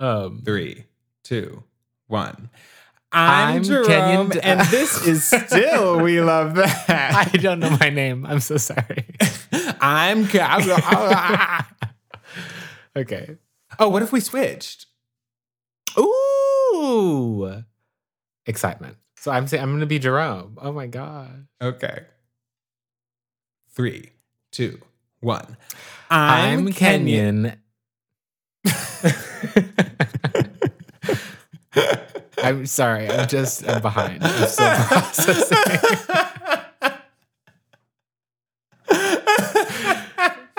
Um, Three, two, one. I'm I'm, Kenyon Jerome, D- and this is still We Love I That. don't know my name. I'm so sorry. I'm. Ke- ah, okay. oh, what if we switched? Ooh, excitement. So I'm saying I'm gonna be Jerome. Oh my god. Okay. Three, two, one. I'm Kenyon. I'm sorry. I'm just I'm behind. I'm still processing.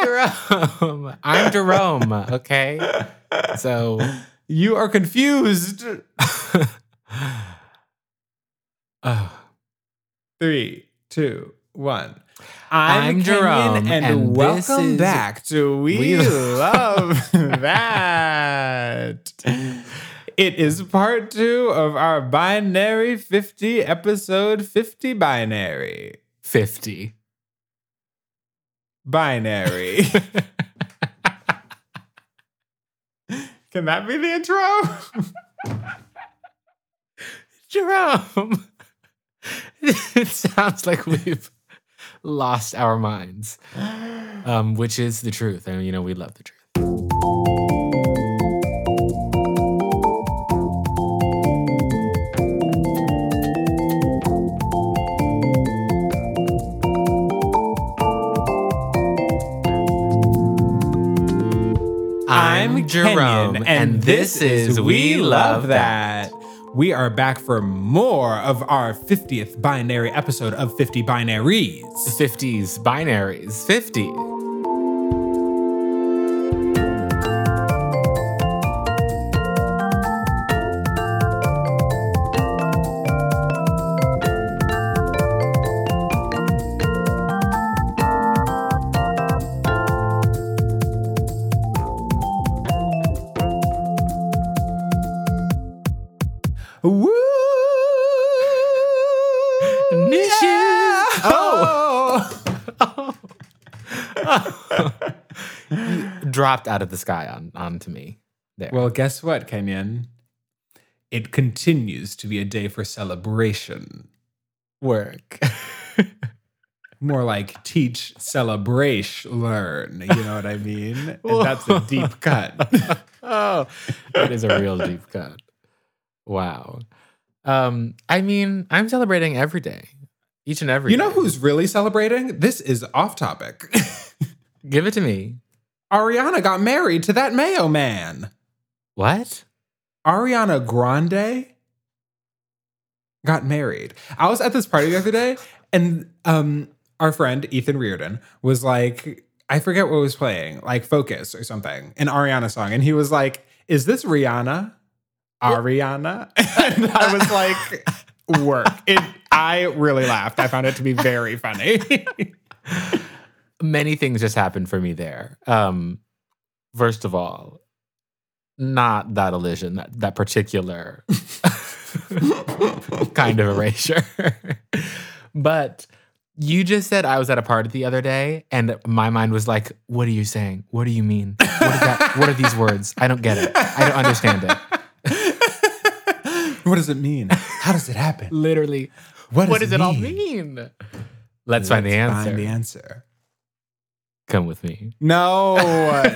Jerome. I'm Jerome. Okay. So you are confused. oh, Three, two, one. I'm Jerome, and, and this welcome is- back to We, We Love That. It is part two of our binary 50 episode 50 binary. 50. Binary. Can that be the intro? Jerome. it sounds like we've lost our minds, um, which is the truth. And, you know, we love the truth. I'm Jerome, and, this is We Love That. We are back for more of our 50th binary episode of 50 Binaries. 50s binaries 50 Woo! Niches. Oh! dropped out of the sky on onto me there well, guess what, Kenyon? It continues to be a day for celebration. work More like teach, celebrate, learn. You know what I mean? And that's a deep cut. oh that is a real deep cut wow um i mean i'm celebrating every day each and every You know day. who's really celebrating? This is off topic. give it to me Ariana got married to that Mayo man. what Ariana Grande got married. I was at this party the other day, and um, our friend Ethan Reardon was like, I forget what was playing, like Focus or something, an Ariana song. And he was like, Is this Rihanna? Ariana? And I was like, Work. It, I really laughed. I found it to be very funny. many things just happened for me there um first of all not that elision that, that particular kind of erasure. but you just said I was at a party the other day, and my mind was like, "What are you saying? What do you mean? What, is that, what are these words? I don't get it. I don't understand it." what does it mean? How does it happen? Literally, what does it, all mean? Let's, find the answer. Find the answer. Come with me. No,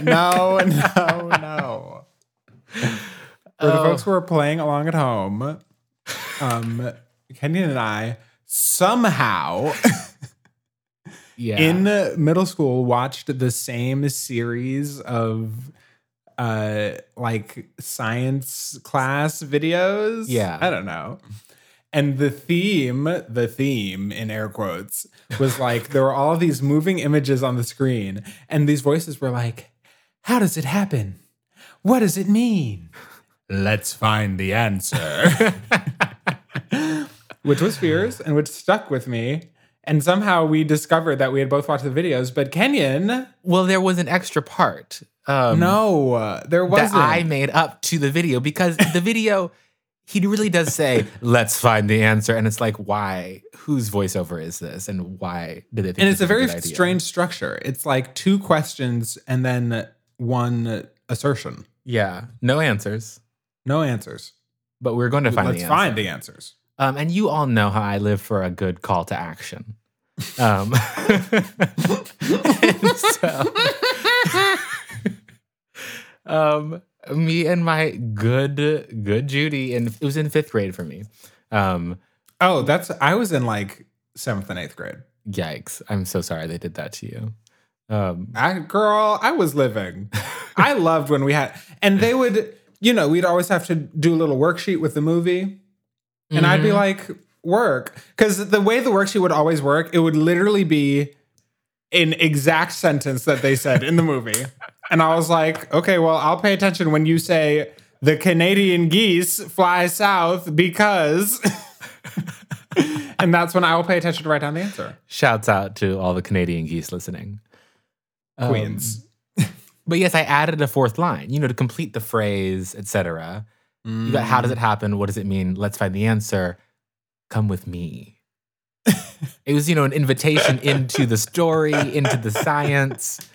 no, no, no. For the Oh. folks who are playing along at home, um, Kenyon and I somehow Yeah. in middle school watched the same series of uh like science class videos. Yeah. I don't know. And the theme, the theme in air quotes, was like there were all these moving images on the screen, and these voices were like, How does it happen? What does it mean? Let's find the answer. which was fierce and which stuck with me. And somehow we discovered that we had both watched the videos, but Kenyon, well, there was an extra part. Um, no, there that wasn't. I made up to the video because the video, he really does say, "Let's find the answer," and it's like, why? Whose voiceover is this, and why did they? Think and this it's a was very good idea? strange structure. It's like two questions and then one assertion. Yeah. No answers, No answers. but we're going to find Let's the answer. find the answers. Um, and you all know how I live for a good call to action. Um, and so, um, me and my good, good Judy, and it was in fifth grade for me. Um, Oh, that's I was in like seventh and eighth grade. yikes. I'm so sorry they did that to you. Um, I girl, I was living. I loved when we had and they would, you know, we'd always have to do a little worksheet with the movie. And I'd be mhm. like, work. Because the way the worksheet would always work, it would literally be an exact sentence that they said in the movie. And I was like, okay, well, I'll pay attention when you say the Canadian geese fly south because. and that's when I will pay attention to write down the answer. shouts out to all the Canadian geese listening. Um, Queens. But yes, I added a fourth line, you know, to complete the phrase, etc. You got how does it happen? What does it mean? Let's find the answer. Come with me. it was, you know, an invitation into the story, into the science.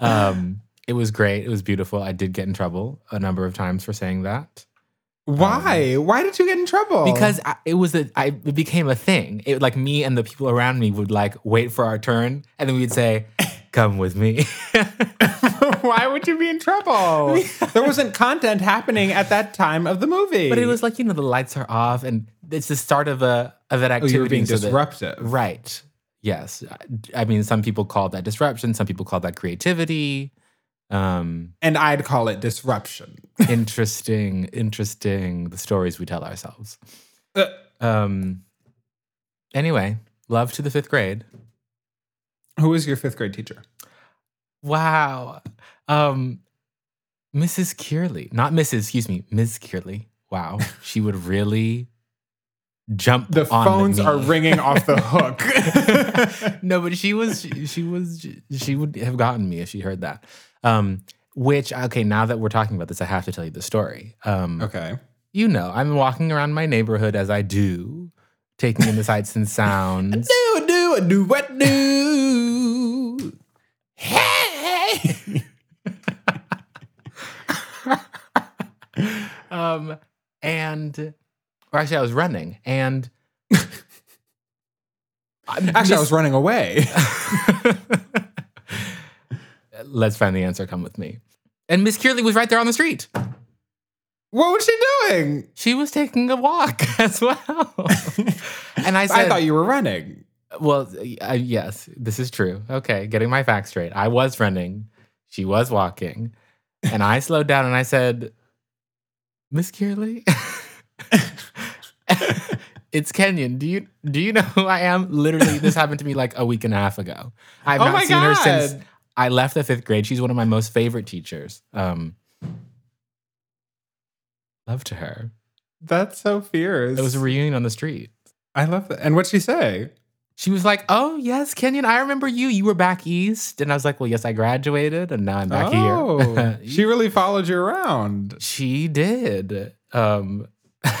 Um, it was great. It was beautiful. I did get in trouble a number of times for saying that Why? Why did you get in trouble? because I, it was a, I, it became a thing. It like me and the people around me would like wait for our turn, and then we'd say, "Come with me." why would you be in trouble? there wasn't content happening at that time of the movie. But it was like you know the lights are off, and it's the start of a of an Oh, activity. you were being so that- disruptive. right? Yes. I, I mean, some people call that disruption. Some people call that creativity. Um, and I'd call it disruption. interesting, interesting. The stories we tell ourselves. Uh, Um, anyway, love to the fifth grade. Who was your fifth grade teacher? Wow. Um, Mrs. Kearley, not Mrs. Excuse me, Ms. Kearley. Wow, she would really jump. The on phones me. are ringing off the hook. no, but she was she, she was she would have gotten me if she heard that. Um, which okay, now that we're talking about this, I have to tell you the story. Um, okay. you know, I'm walking around my neighborhood as I do, taking in the sights and sounds. Do do do what do? Hey. Um, and or actually, I was running, and Actually, I was running away. let's find the answer. Come with me. And Miss Kearley was right there on the street. what was she doing? She was taking a walk as well. and I said, I thought you were running. Well, uh, yes, this is true. Okay, getting my facts straight. I was running, she was walking, and I slowed down and I said, Miss Kearley, it's Kenyon. Do you do you know who I am? Literally, this happened to me like a week and a half ago. I've Oh not my seen her since God. I left the fifth grade. She's one of my most favorite teachers. Um, love to her. That's so fierce. It was a reunion on the street. I love that. And what'd she say? she was like, "Oh yes, Kenyon, I remember you. You were back east." And I was like, "Well, yes, I graduated, and now I'm back oh, here." she really followed you around. she did. Um,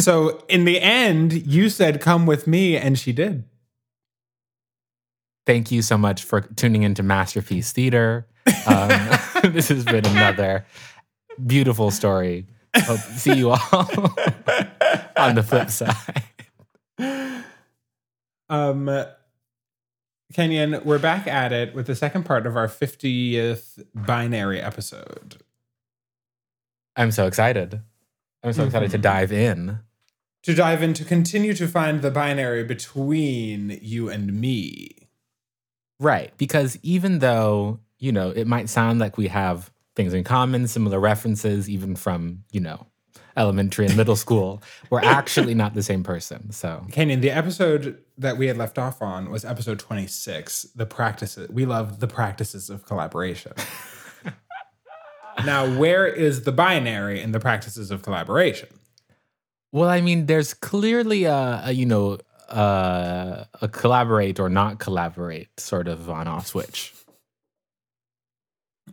So in the end, you said, "Come with me," and she did. thank you so much for tuning into Masterpiece Theater. Um, this has been another beautiful story. Hope see you all on the flip side. Um, Kenyon, we're back at it with the second part of our 50th binary episode. I'm so excited. I'm so excited to dive in. To dive in, to continue to find the binary between you and me. Right. Because even though, you know, it might sound like we have things in common, similar references, even from, you know, elementary and middle school, we're actually not the same person. So, Kenyon, the episode that we had left off on was episode 26, the practices. We love the practices of collaboration. now, where is the binary in the practices of collaboration? well, I mean, there's clearly a, a you know, uh, a collaborate or not collaborate sort of on off switch.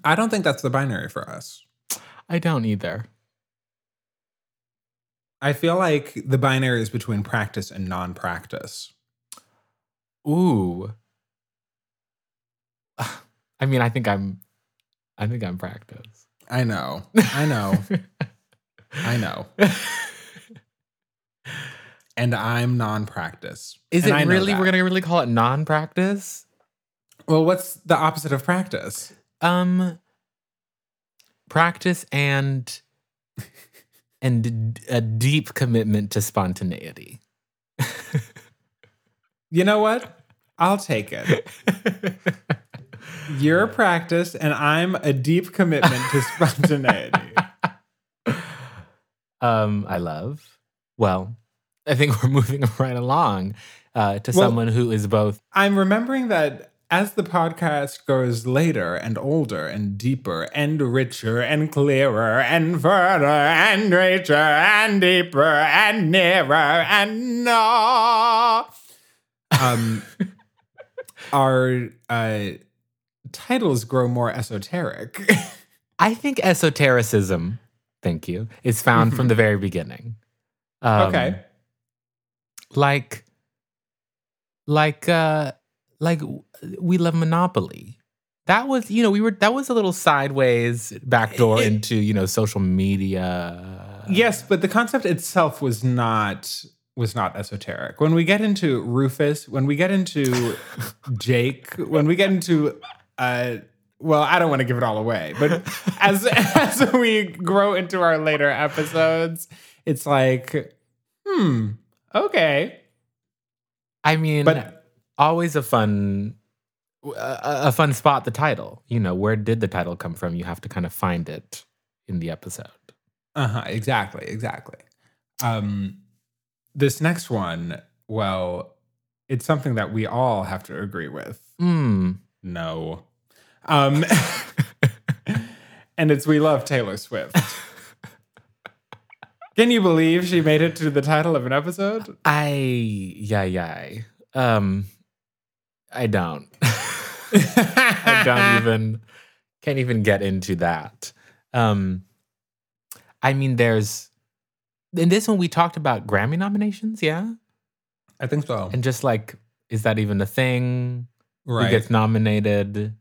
I don't think that's the binary for us. I don't either. I feel like the binary is between practice and non practice. Ooh. I mean, I think I'm, I think I'm practice. I know. I know. I know. and I'm non-practice. Is And it I know really? that. We're gonna really call it non-practice. Well, what's the opposite of practice? Um, practice and and a deep commitment to spontaneity. You know what? I'll take it. You're practice, and I'm a deep commitment to spontaneity. um, I love. Well, I think we're moving right along uh, to Well- someone who is both. I'm remembering that as the podcast goes later and older and deeper and richer and clearer and further and richer and deeper and nearer and no. Um, our uh, titles grow more esoteric. I think esotericism. Thank you. Is found from the very beginning. Um, okay. like like uh like w- we love monopoly that was you know we were that was a little sideways backdoor It- into you know social media Yes, but the concept itself was not was not esoteric. When we get into Rufus, when we get into Jake, when we get into uh well, I don't want to give it all away, but as as we grow into our later episodes, it's like hmm, okay. i mean But- always a fun a, a fun spot the title you know where did the title come from you have to kind of find it in the episode Uh-huh, exactly, exactly. Um this next one, well, it's something that we all have to agree with. Hmm. No. Um, and it's We Love Taylor Swift. Can you believe she made it to the title of an episode? i yeah yeah um i don't I don't even can't even get into that. Um I mean there's in this one we talked about Grammy nominations, yeah? I think so. And just like is that even a thing? right. Who gets nominated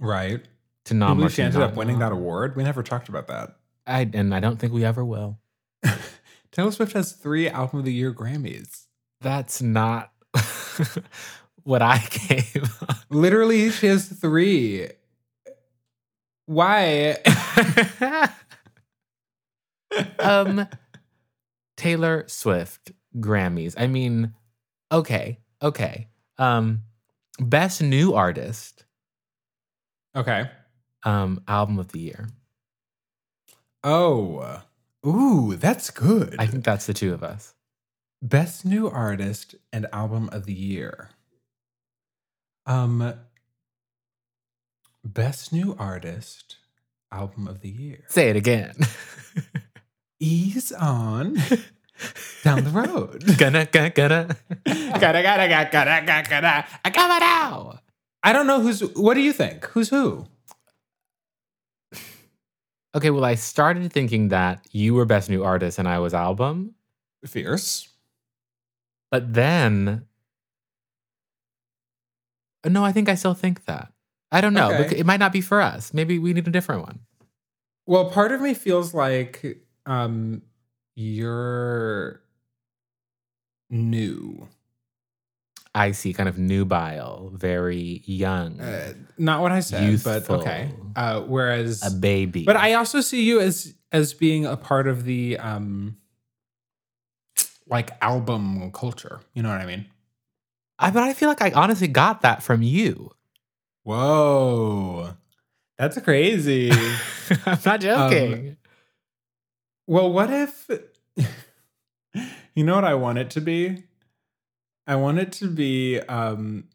right. to I nom or believe she to ended not up winning nom? that award. We never talked about that. I and I don't think we ever will. Taylor Swift has three Album of the Year Grammys. That's not what I gave. Literally, she has three. Why? um Taylor Swift Grammys. I mean, okay, okay. Um best new artist okay. um album of the year. Oh. Ooh, that's good. I think that's the two of us. Best New Artist and Album of the Year. Um Best New Artist, Album of the Year. Say it again. Ease on down the road. gonna gonna gonna Gotta, gotta, gotta, gotta, gotta, gotta. I got it out. I don't know who's what do you think? Who's who? Okay, well I started thinking that you were best new artist and I was album, Fierce. but then Uh, no, I think I still think that. I don't know. Okay. because It might not be for us. Maybe we need a different one. Well, part of me feels like um you're new. I see kind of nubile, very young, Uh, not what I said, but Mm. Youthful. okay. Uh whereas a baby. But I also see you as as being a part of the um like album culture. You know what I mean? I, but I feel like I honestly got that from you. Whoa. That's crazy. I'm not Um, joking. well, what if you know what I want it to be? I want it to be um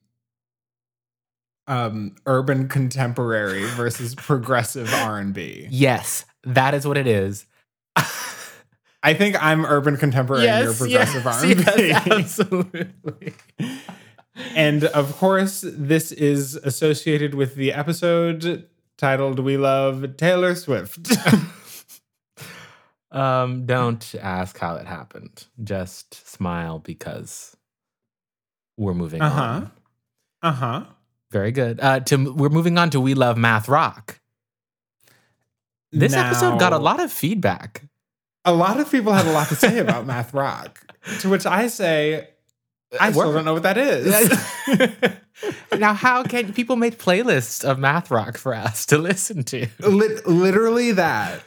um urban contemporary versus progressive R&B. yes, that is what it is. I think I'm urban contemporary and you're progressive R&B. yes, absolutely. And of course, this is associated with the episode titled We Love Taylor Swift. Um, don't ask how it happened. Just smile because we're moving Uh-huh. on. uh huh. Very good. Uh, to we're moving on to we love math rock. This episode got a Now- lot of feedback. A lot of people had a lot to say about math rock, to which I say, I still Work- don't know what that is. Uh, now, how can people make playlists of math rock for us to listen to? Lit- literally that,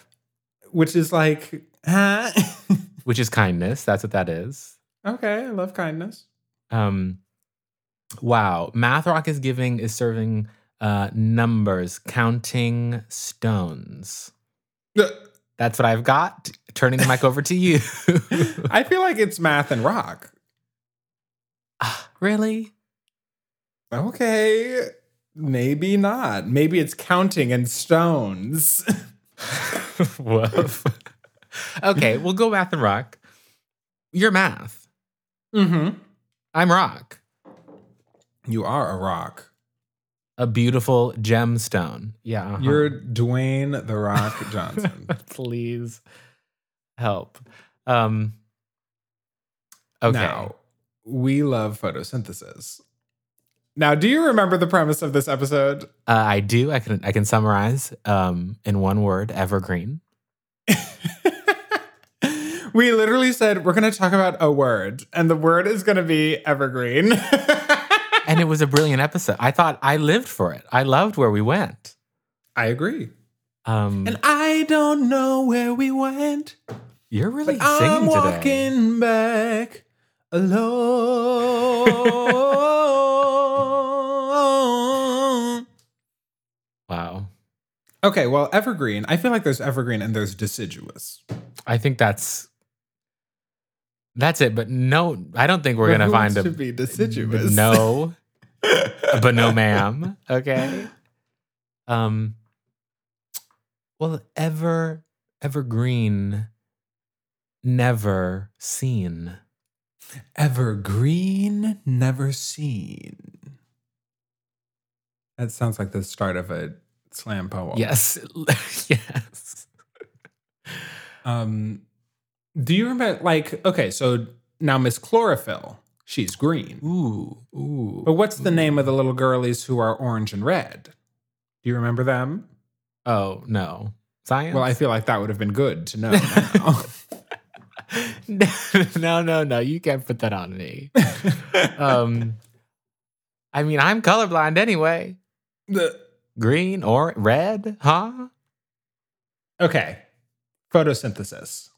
which is like, huh? Which is kindness. That's what that is. okay, I love kindness. Um, wow, math rock is giving is serving uh, numbers, counting stones. That's what I've got. Turning the mic over to you. I feel like it's math and rock. Ah, really? Okay, maybe not. Maybe it's counting and stones. Woof. okay, we'll go math and rock. You're math. Mm-hmm. I'm rock. You are a rock. A beautiful gemstone. Yeah. uh-huh. You're Dwayne the Rock Johnson. please help. Um Okay. Now, we love photosynthesis. Now, do you remember the premise of this episode? Uh, I do. I can I can summarize um in one word, evergreen. we literally said we're going to talk about a word, and the word is going to be evergreen. I And it was a brilliant episode. I thought I lived for it. I loved where we went. agree. Um And I don't know where we went, you're really but I'm singing today. walking back alone. Wow. okay, well, evergreen. I feel like there's evergreen and there's deciduous. I think that's that's it, but no, I don't think we're But gonna who find wants to a be deciduous. no, but no, ma'am. Okay. Um. Well, ever, evergreen, never seen. Evergreen, never seen. That sounds like the start of a slam poem. Yes, yes. Um, do you remember? Like, okay, so now Miss Chlorophyll, she's green. Ooh, ooh. But what's the name of the little girlies who are orange and red? Do you remember them? Oh no, science. Well, I feel like that would have been good to know. Now. no, no, no. You can't put that on me. um. I mean, I'm colorblind anyway. The- Green or red, huh? okay, photosynthesis.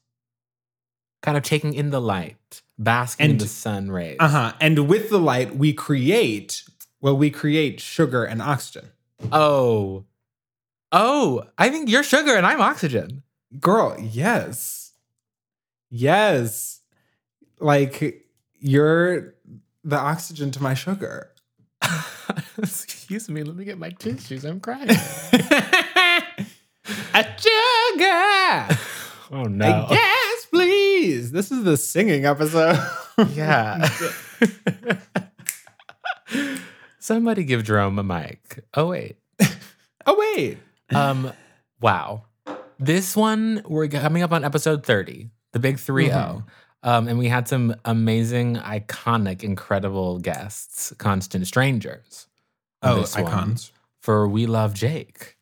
Kind of taking in the light, basking in And- the sun rays. Uh huh. And with the light, we create. Well, we create sugar and oxygen. Oh. Oh, I think you're sugar and I'm oxygen. Girl, yes. Yes. Like you're the oxygen to my sugar. Excuse me, let me get my tissues. I'm crying. A sugar. oh no. Yes, please. This is the singing episode. Yeah. Somebody give Jerome a mic. Oh wait. oh wait. Um wow. This one we're coming up on episode 30, the big 30. Mhm. Um and we had some amazing, iconic, incredible guests, constant strangers. on Oh, this one. icons. for We Love Jake.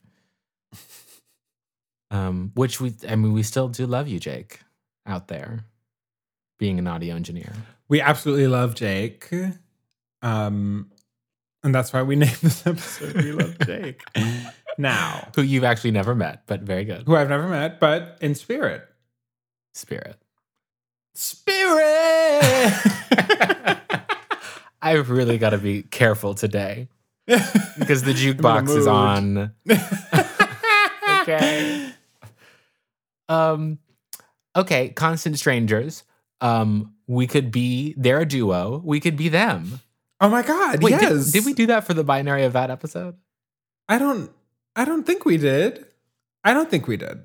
Um, which we I mean we still do love you, Jake, out there, being an audio engineer. We absolutely love Jake. Um and that's why we named this episode We Love Jake. now, Who you've actually never met, but very good. who I've never met, but in spirit. Spirit. Spirit. I really gotta be careful today because the I'm in jukebox a is mood. on. okay. Um okay, constant strangers. Um, we could be they're a duo. We could be them. Oh my god. Wait, did- yes. did, we do that for the binary of that episode? I don't I don't think we did. I don't think we did.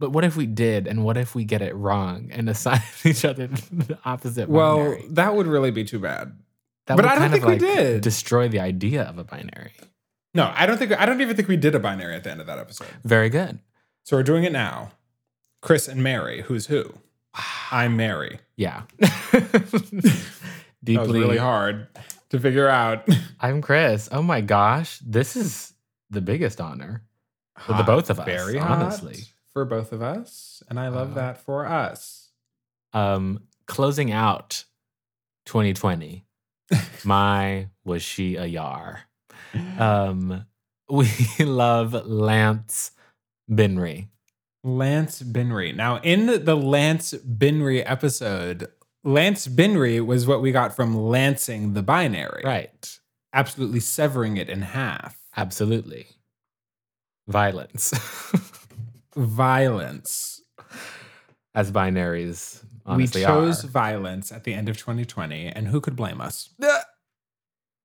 But what if we did, and what if we get it wrong and assign each other the opposite Well, binary? that would really be too bad. That would but I don't kind of, think we like, did. Destroy the idea of a binary. No, I don't think I don't even think we did a binary at the end of that episode. Very good. So we're doing it now. Chris and Mary, who's who? I'm Mary. Yeah. That was Deeply. really hard to figure out. I'm Chris. Oh my gosh, this is the biggest honor. For the both of us, Very hot honestly. for both of us, and I love Uh, that for us. Um, closing out 2020, my was she a yar? Um, we love Lance Benry. Lance Binry. Now, in the Lance Binry episode, Lance Binry was what we got from lancing the binary, Right. absolutely severing it in half. Absolutely. Violence Violence. as binaries honestly we chose are. violence at the end of 2020, and who could blame us?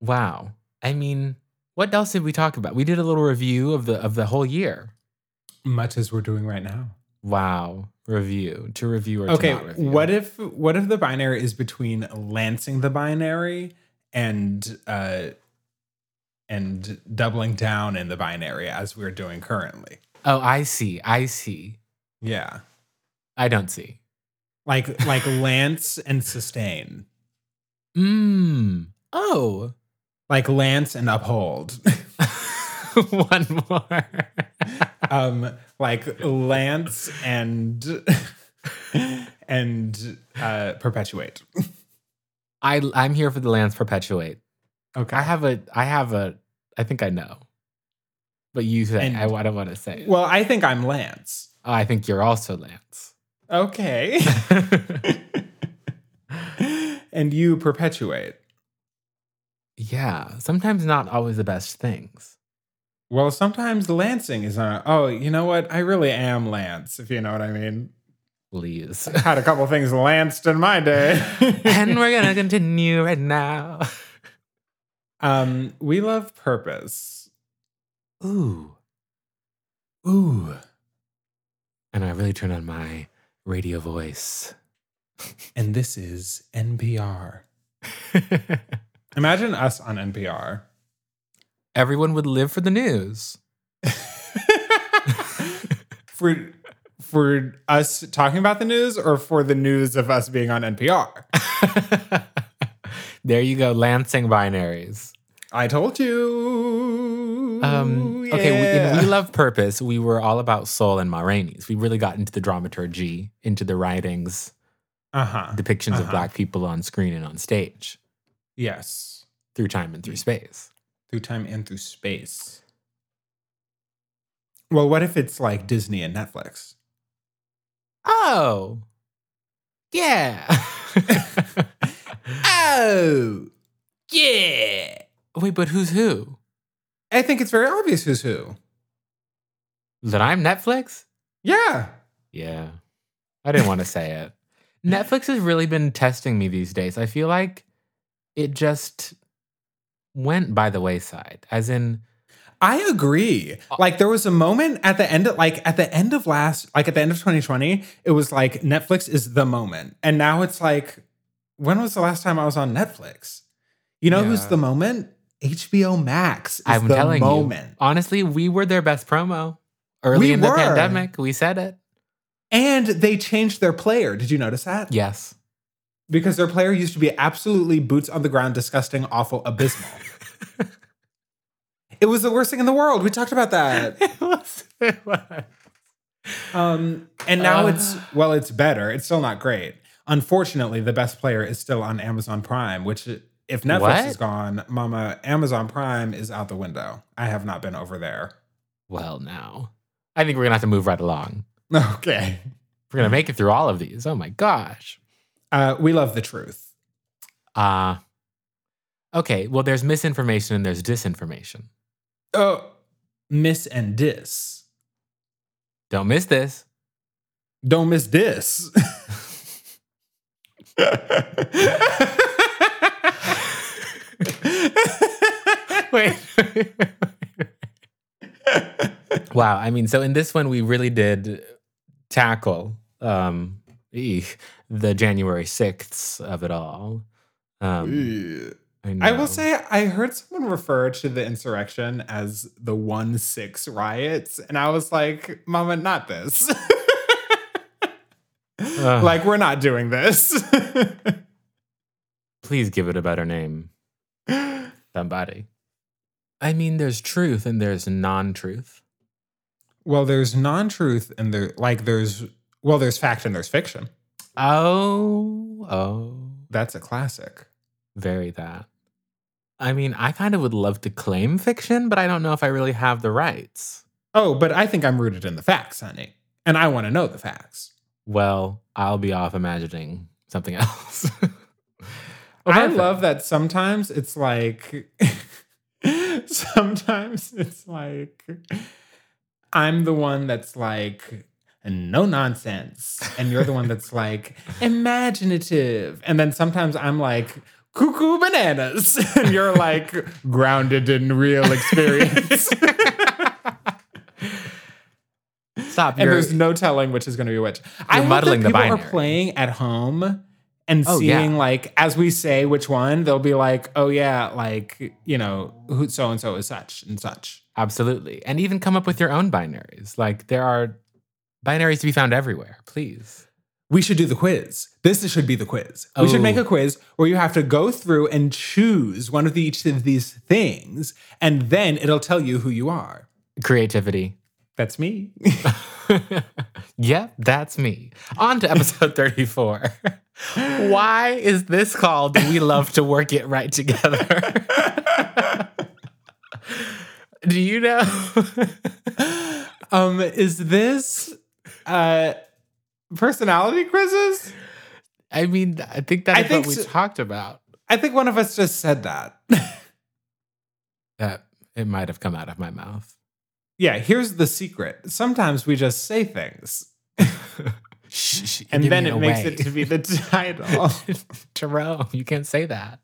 Wow. I mean, what else did we talk about? We did a little review of the of the whole year. Much as we're doing right now. Wow. Review to review or okay To not review. what if what if the binary is between lancing the binary and uh and doubling down in the binary as we're doing currently Oh, I see. I see. yeah I don't see. like like lance and sustain Mmm. Oh. like lance and uphold One more. um like lance and and uh perpetuate I I'm here for the lands perpetuate. okay I have a I have a I think I know. But you say And- I, I don't want to say it. well i think i'm lance Oh, I think you're also Lance. okay and you perpetuate yeah. Sometimes not always the best things. Well, sometimes Lansing is on. Oh, you know what? I really am Lance, if you know what I mean. Please. Had a couple things lanced in my day. and we're gonna continue right now. um, we love purpose. Ooh. Ooh. And I really turn on my radio voice. And this is NPR. Imagine us on NPR. Everyone would live for the news. for for us talking about the news or for the news of us being on NPR. there you go, Lansing binaries. I told you. Um, Okay, we, Yeah. in We Love Purpose, we were all about soul and Ma Rainey's. We really got into the dramaturgy, into the writings, uh-huh. depictions of Uh-huh. Black people on screen and on stage Yes. through time and through space. through time and through space. Well, what if it's like Disney and Netflix? Oh, yeah. Ah, Oh, yeah. Wait, but who's who? I think it's very obvious who's who. That I'm Netflix? Yeah. Yeah. I didn't want to say it. Netflix has really been testing me these days. I feel like it just went by the wayside, as in, I agree. Uh, Like there was a moment at the end of like at the end of last like at the end of 2020, it was like Netflix is the moment. And now it's like when was the last time I was on Netflix? You know who's Yeah. the moment? HBO Max is I'm the telling moment. you, honestly, we were their best promo early We in were. the pandemic. We said it. And they changed their player. Did you notice that? Yes. Because their player used to be absolutely boots on the ground, disgusting, awful, abysmal. it was the worst thing in the world. We talked about that. it was. It was. Um, and now Uh. it's, well, it's better. It's still not great. Unfortunately, the best player is still on Amazon Prime, which if Netflix What? is gone, mama, Amazon Prime is out the window. I have not been over there. Well, now I think we're gonna have to move right along. Okay. We're gonna make it through all of these. Oh my gosh. Uh, we love the truth. Uh okay. Well, there's misinformation and there's disinformation. Oh, miss and dis. Don't miss this. Don't miss this. Wait. wow. I mean, so in this one, we really did tackle um, eek, the January 6th of it all. Um, I know. will say, I heard someone refer to the insurrection as the 1 6 riots, and I was like, Mama, not this. Ugh. like, we're not doing this. please give it a better name. Somebody. I mean, there's truth and there's non truth. Well, there's non-truth and there like there's well, there's fact and there's fiction. Oh, oh, That's a classic. very that. I mean, I kind of would love to claim fiction, but I don't know if I really have the rights. Oh, but I think I'm rooted in the facts, honey. And I want to know the facts. Well, I'll be off imagining something else. Well, Oh, I perfect. love that sometimes it's like sometimes it's like I'm the one that's like no nonsense and you're the one that's like imaginative and then sometimes I'm like cuckoo bananas and you're like grounded in real experience Stop. and You're, there's no telling which is going to be which. I love muddling that the people are binary. playing at home and Oh, yeah. seeing like as we say which one, they'll be like, oh yeah, like you know who so and so is such and such. absolutely. And even come up with your own binaries. Like, there are binaries to be found everywhere, please. We should do the quiz. This should be the quiz. We should Oh. make a quiz where you have to go through and choose one of the, each of these things, and then it'll tell you who you are. Creativity. That's me. yep, that's me. On to episode 34. Why is this called We Love to Work It Right Together? Do you know? um, is this uh, personality quizzes? I mean, I think that's I what think we so- talked about. I think one of us just said that. That it might have come out of my mouth. yeah, here's the secret. Sometimes we just say things, Shh, shh, and give then me it a makes way. it to be the title. Jerome, you can't say that.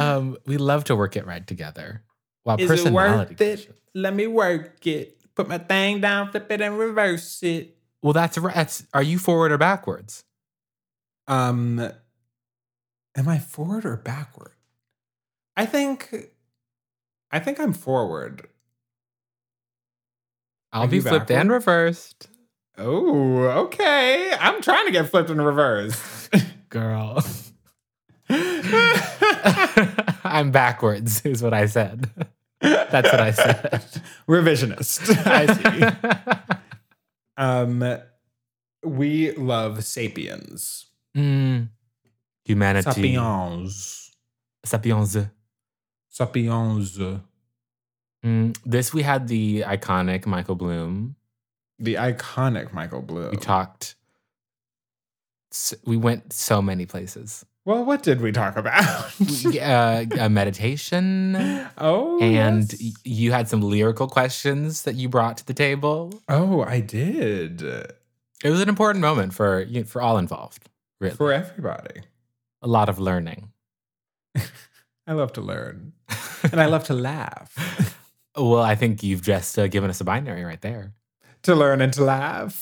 Um, we love to work it right together. While Is it personality worth it? questions- Let me work it. Put my thing down, flip it, and reverse it. Well, that's right. That's- Are you forward or backwards? Um, am I forward or backward? I think, I think I'm forward. I'll Are be you flipped and reversed. Oh, okay. I'm trying to get flipped and reversed. Girl. I'm backwards, is what I said. That's what I said. Revisionist. I see. Um, we love Sapiens. Mm. Humanity. Sapiens. Sapiens. Sapiens. Mm. This, we had the iconic Michael Bloom. The iconic Michael Blue. We talked. s- We went so many places. well, what did we talk about? We- uh, a meditation. oh, And y- yes. you had some lyrical questions that you brought to the table. oh, I did It was an important moment for you for all involved. Really, for everybody. a lot of learning. I love to learn, and I love to laugh. Well, I think you've just uh, given us a binary right there. to learn and to laugh.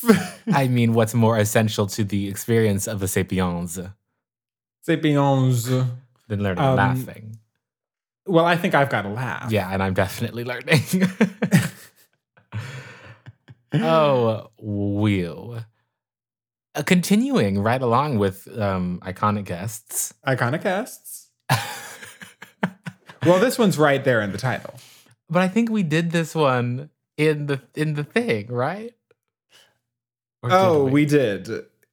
I mean, what's more essential to the experience of a sapiens Sapiens. than learning Um, uh. laughing? Well, I think I've got to laugh. Yeah, and I'm definitely learning. oh, wheel. Uh, continuing right along with um, iconic guests. Iconic casts. but Well, this one's right there in the title. I think we did this one in the in the thing, right? Or did Oh, we? did.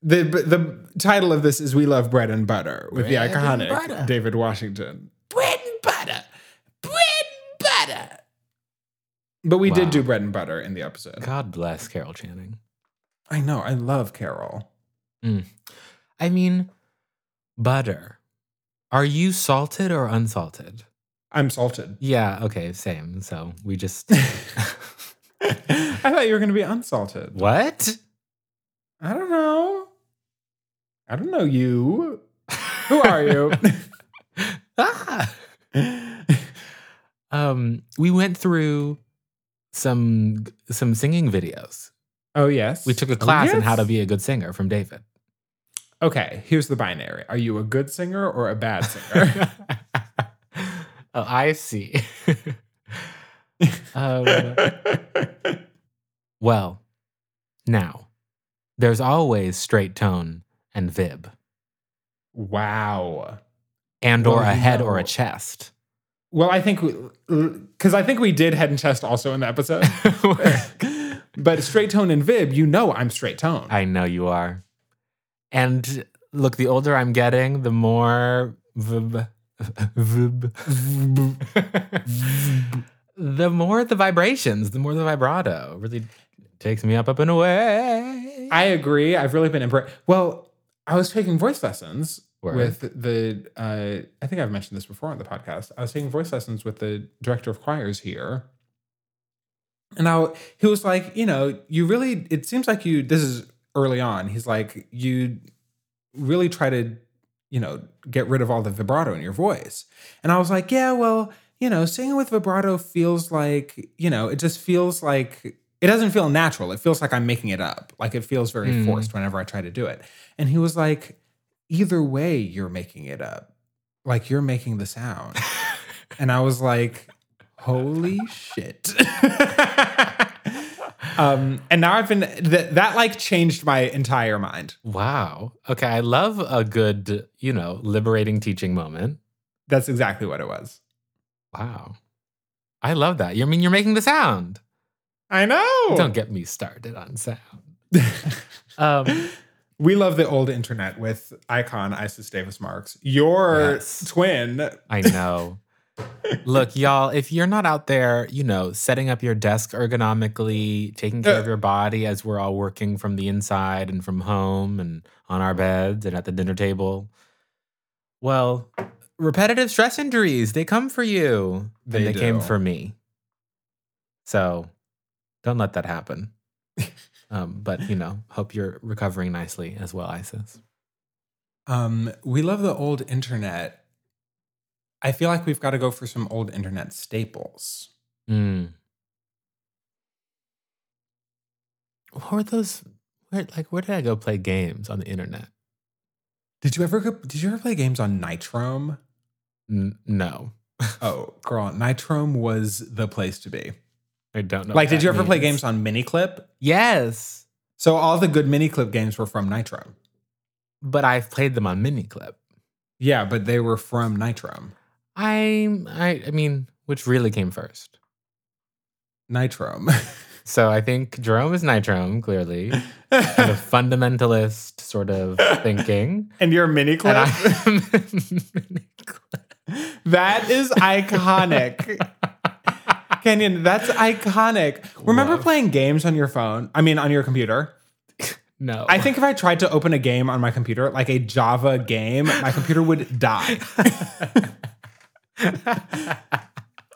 The the title of this is "We Love Bread and Butter" with Bread the and butter. iconic David Washington. Bread and butter, bread and butter. But we Wow. did do bread and butter in the episode. God bless Carol Channing. I know. I love Carol. I mean, butter. Are you salted or unsalted? I'm salted. Yeah, okay, same. So we just. I thought you were going to be unsalted. what? I don't know. I don't know you. Who are you? ah! Um, we went through some some singing videos. oh yes. We took Oh, a class on yes. how to be a good singer from David. Okay, here's the binary. Are you a good singer or a bad singer? oh, I see. um, well, now there's always straight tone and vib, wow. and or Well, a you head know- or a chest. Well, I think because I think we did head and chest also in the episode. but straight tone and vib, you know I'm straight tone. I know you are. And look, the older I'm getting, the more vib, vib, the more the vibrations, the more the vibrato really takes me up, up and away. I agree. I've really been impressed. Well, I was taking voice lessons Word. with the. Uh, I think I've mentioned this before on the podcast. I was taking voice lessons with the director of choirs here, and I he was like, you know, you really. It seems like you. This is early on. He's like, you really try to, you know, get rid of all the vibrato in your voice, and I was like, yeah, well. You know, singing with vibrato feels like, you know, it just feels like it doesn't feel natural. It feels like I'm making it up. Like it feels very Mm. forced whenever I try to do it. And he was like, either way, you're making it up. Like you're making the sound. and I was like, holy shit. um, and now I've been, that that like changed my entire mind. Wow. Okay. I love a good, you know, liberating teaching moment. That's exactly what it was. Wow. I love that. You I mean you're making the sound. I know. Don't get me started on sound. Um, we love the old internet with icon Isis Davis Marks, your Yes. twin. I know. Look, y'all, if you're not out there, you know, setting up your desk ergonomically, taking care of your body as we're all working from the inside and from home and on our beds and at the dinner table, well, repetitive stress injuries, they come for you. They and they came do. for me. So don't let that happen. um, but, you know, hope you're recovering nicely as well, Isis. Um, we love the old internet. I feel like we've got to go for some old internet staples. Mm. What were those? Where, like, where did I go play games on the internet? Did you ever go, did you ever play games on Nitrome? N- no, Oh, girl, Nitrome was the place to be. I don't know. Like, what did that you ever play means. games on Miniclip? Yes, So all the good Miniclip games were from Nitrome. but I've played them on Miniclip. Yeah, but they were from Nitrome. I, I, I mean, which really came first? Nitrome. So I think Jerome is Nitrome, clearly, kind of fundamentalist sort of thinking. and your Miniclip? And I'm Miniclip. That is iconic. Kenyon, that's iconic. Remember Love. playing games on your phone? I mean, on your computer? No, I think if I tried to open a game on my computer, like a Java game, my computer would die.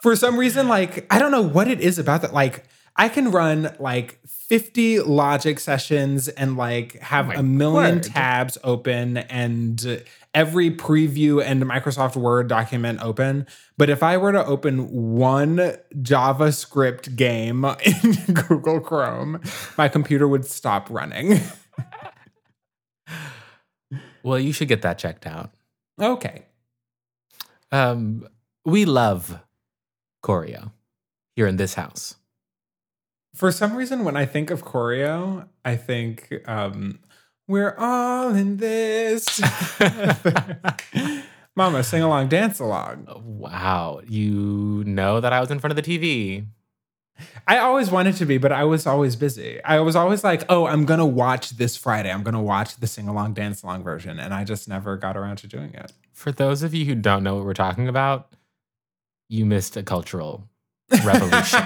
For some reason, like, I don't know what it is about that. Like, I can run like 50 logic sessions and like have Oh my a million word. tabs open and every preview and Microsoft Word document open. But if I were to open one JavaScript game in Google Chrome, my computer would stop running. Well, you should get that checked out. Okay. Um, we love choreo here in this house. For some reason, when I think of choreo, I think um, we're all in this. Mama, sing along, dance along. Wow, you know that I was in front of the TV. I always wanted to be, but I was always busy. I was always like, oh, I'm going to watch this Friday. I'm going to watch the sing along, dance along version. And I just never got around to doing it. For those of you who don't know what we're talking about, you missed a cultural revolution.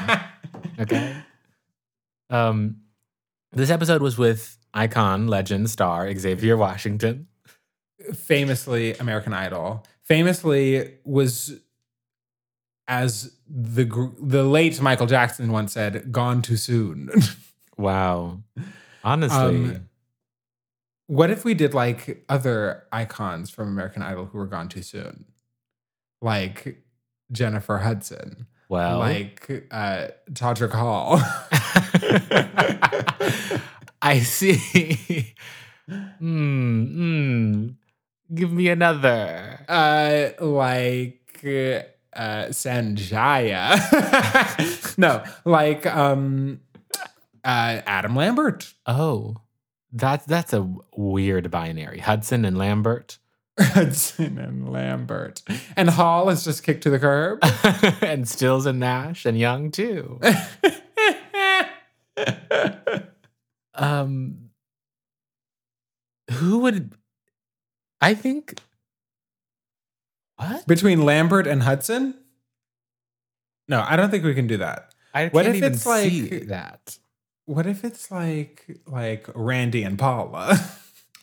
okay. Um, this episode was with icon, legend, star Xavier Washington. famously American Idol, famously was as the gr- the late Michael Jackson once said, "Gone too soon." Wow, honestly, Um, what if we did like other icons from American Idol who were gone too soon, like Jennifer Hudson, well, like uh, Todrick Hall? I see. Hmm. mm. Give me another. uh, like uh, Sanjaya. no, like um, uh, Adam Lambert. Oh, that's that's a weird binary. Hudson and Lambert. Hudson and Lambert. And Hall is just kicked to the curb. and Stills and Nash and Young too. Um, who would? I think. What? Between Lambert and Hudson? No, I don't think we can do that. I can't What if even it's like- see that. What if it's like like Randy and Paula?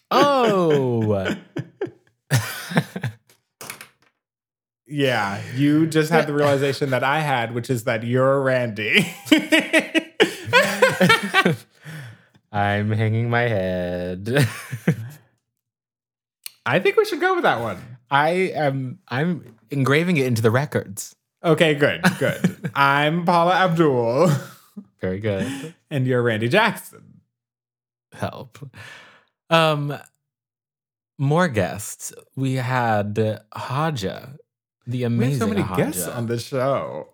Oh. yeah, you just had the realization that I had, which is that you're Randy. I'm hanging my head. I think we should go with that one. I am. I'm engraving it into the records. Okay, good, good. I'm Paula Abdul, Very good. and you're Randy Jackson. Help. Um, more guests. We had Haja, the We amazing. have so many Haja. guests on this show.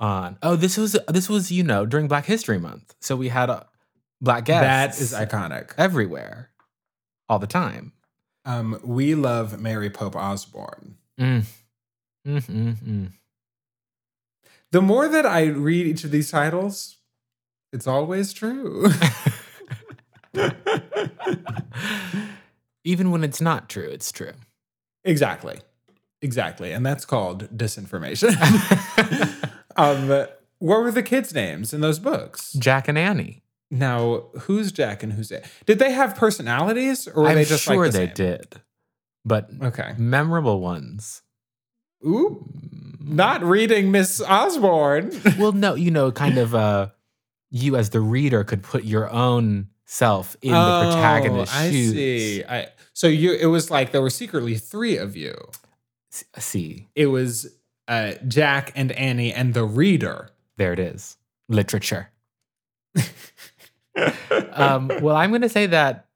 on. Oh, this was this was you know during Black History Month, so we had uh, black guests. That is iconic. everywhere, all the time. Um, we love Mary Pope Osborne. Mm. Mm, mm, mm. The more that I read each of these titles, it's always true. Even when it's not true, it's true. exactly. Exactly. And that's called disinformation. um, what were the kids' names in those books? Jack and Annie. Now, who's Jack and who's it? Did they have personalities or were I'm they just sure like the they same? did, but Okay. memorable ones. Ooh, not reading Miss Osborne. Well, no, you know, kind of uh, you as the reader could put your own self in the protagonist's Oh, I shoes. see. I, so you, it was like there were secretly three of you. S- see, It was uh, Jack and Annie and the reader. There it is. Literature. um, well, I'm going to say that.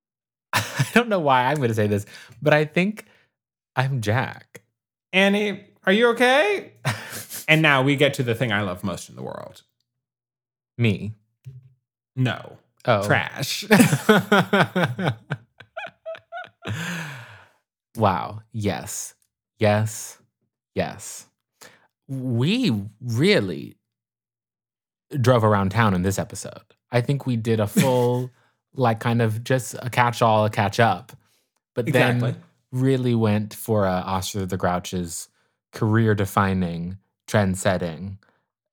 I don't know why I'm going to say this, but I think I'm Jack. Annie, are you okay? and now we get to the thing I love most in the world. Me. No, Oh. trash. wow. Yes. Yes. Yes. We really drove around town in this episode. I think we did a full, like, kind of just a catch all, a catch up, but Exactly. then really went for uh, Oscar the Grouch's career defining, trend setting,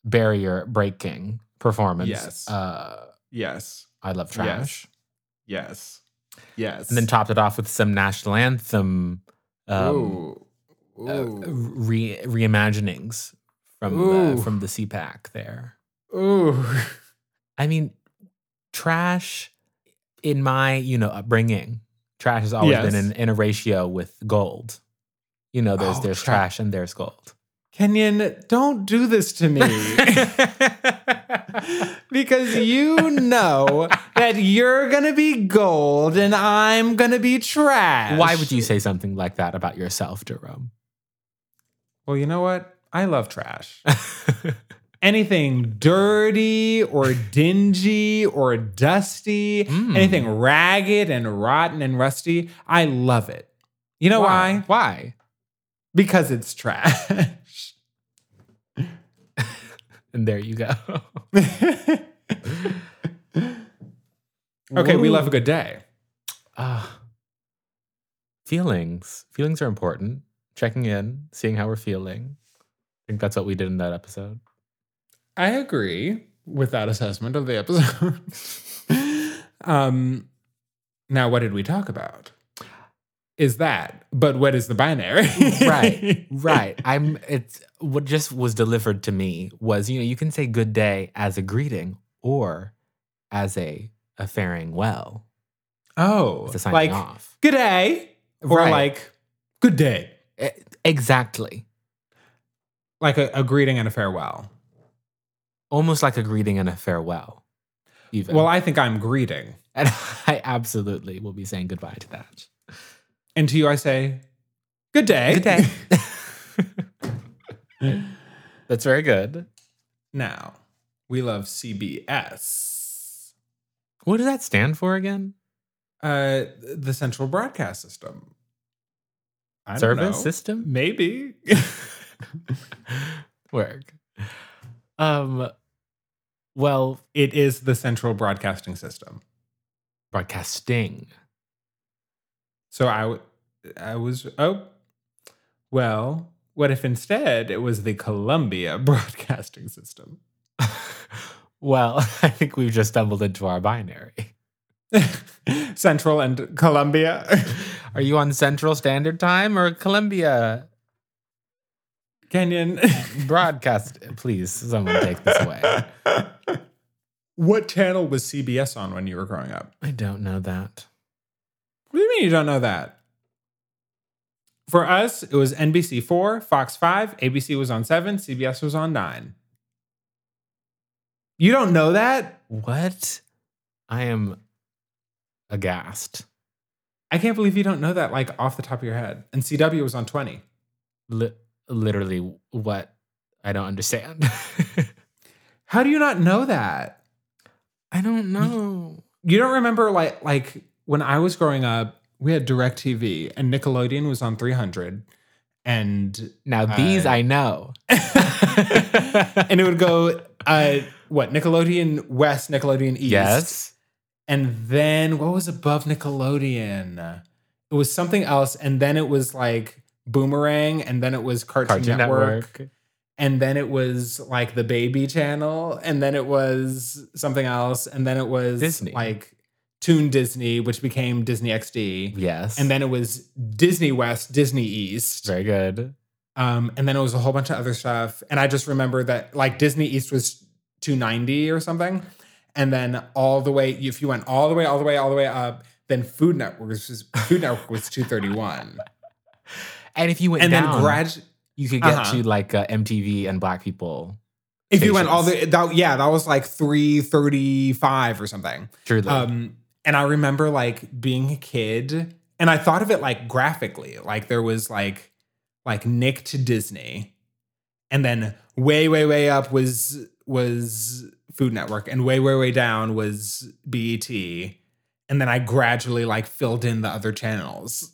barrier breaking performance. Yes. Uh, yes, I love trash yes, yes. and then topped it off with some national anthem um, Ooh. uh, Ooh. re- reimaginings from Ooh. the, from the CPAC there. uh, Ooh. I mean, trash in my you know upbringing, trash has always Yes. been in, in a ratio with gold. You know, there's Oh, there's tra- trash and there's gold. Kenyon, don't do this to me. because you know that you're gonna be gold and I'm gonna be trash. Why would you say something like that about yourself, Jerome? Well, you know what? I love trash. Hmm, Anything dirty or dingy or dusty, Mm. anything ragged and rotten and rusty, I love it. You know why? Why? Because it's trash. And there you go. okay, we Ooh. love a good day. Uh, feelings. Feelings are important. Checking in, seeing how we're feeling. I think that's what we did in that episode. I agree with that assessment of the episode. um, now, what did we talk about? Is that, but what is the binary? Right. Right. I'm it's what just was delivered to me was, you know, you can say good day as a greeting or as a a faring well. Oh, It's a signing like, off. good day. Or Right. like, good day. E- exactly. Like a, a greeting and a farewell. Almost like a greeting and a farewell. Even. Well, I think I'm greeting. and I absolutely will be saying goodbye to that. And to you, I say, good day. Good day. That's very good. now, we love CBS, What does that stand for again? uh, the central broadcast system. I don't service know. system Maybe. work. Um, well, it is the central broadcasting system. broadcasting. So I, w- I was, oh, well, what if instead it was the Columbia broadcasting system? well, I think we've just stumbled into our binary. Central and Columbia. Are you on Central Standard Time or Columbia Kenyon. Broadcast? Please, someone take this away. What channel was CBS on when you were growing up? I don't know that. What do you mean you don't know that? For us, it was NBC 4, Fox 5, ABC was on 7, CBS was on 9. You don't know that? What? I am aghast. I can't believe you don't know that, like off the top of your head. And CW was on 20. Li- literally, what? I don't understand. How do you not know that? I don't know. You don't remember like like when I was growing up, we had DirecTV and Nickelodeon was on 300 and Now, these I- I know. and it would go uh what Nickelodeon West, Nickelodeon East. yes. And then what was above Nickelodeon? It was something else and then it was like Boomerang and then it was Cartoon, Cartoon Network. Network. and then it was like the baby channel and then it was something else and then it was Disney. like toon disney which became disney xd Yes. and then it was disney west disney east very good. um, and then it was a whole bunch of other stuff and i just remember that like disney east was 290 or something and then all the way if you went all the way all the way all the way up then food network was food network was 231 And if you went and down, then grad you could get Uh-huh. to like uh, MTV and Black People. if you went all stations. the that, yeah that was like 335 or something Truly. Um, and I remember like being a kid, and I thought of it like graphically, like there was like like Nick to Disney, and then way way way up was was Food Network, and way way way down was BET, and then I gradually like filled in the other channels,